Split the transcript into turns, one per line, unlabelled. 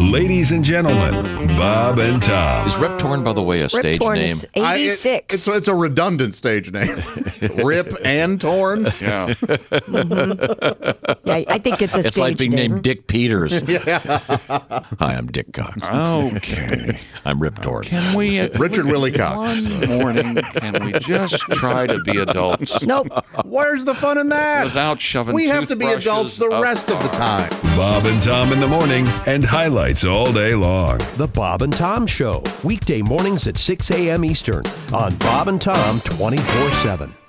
Ladies and gentlemen, Bob and Tom.
Is Rip Torn, by the way, a stage
Rip Torn
name?
is
I- it-
86.
it's, it's a redundant stage name. Rip and Torn. Yeah.
yeah, I think it's a
It's
stage
like being
name.
named Dick Peters. Hi, I'm Dick Cox.
Okay.
I'm Rip Torn.
Can we
Richard Willie Cox.
one morning can we just try to be adults
Nope.
Where's the fun in that?
without shoving
we have to be
toothbrushes
adults the
up
rest of the time.
Bob and Tom in the morning and highlights all day long.
The Bob and Tom Show, weekday mornings at 6 a.m. Eastern on Bob and Tom 24 7.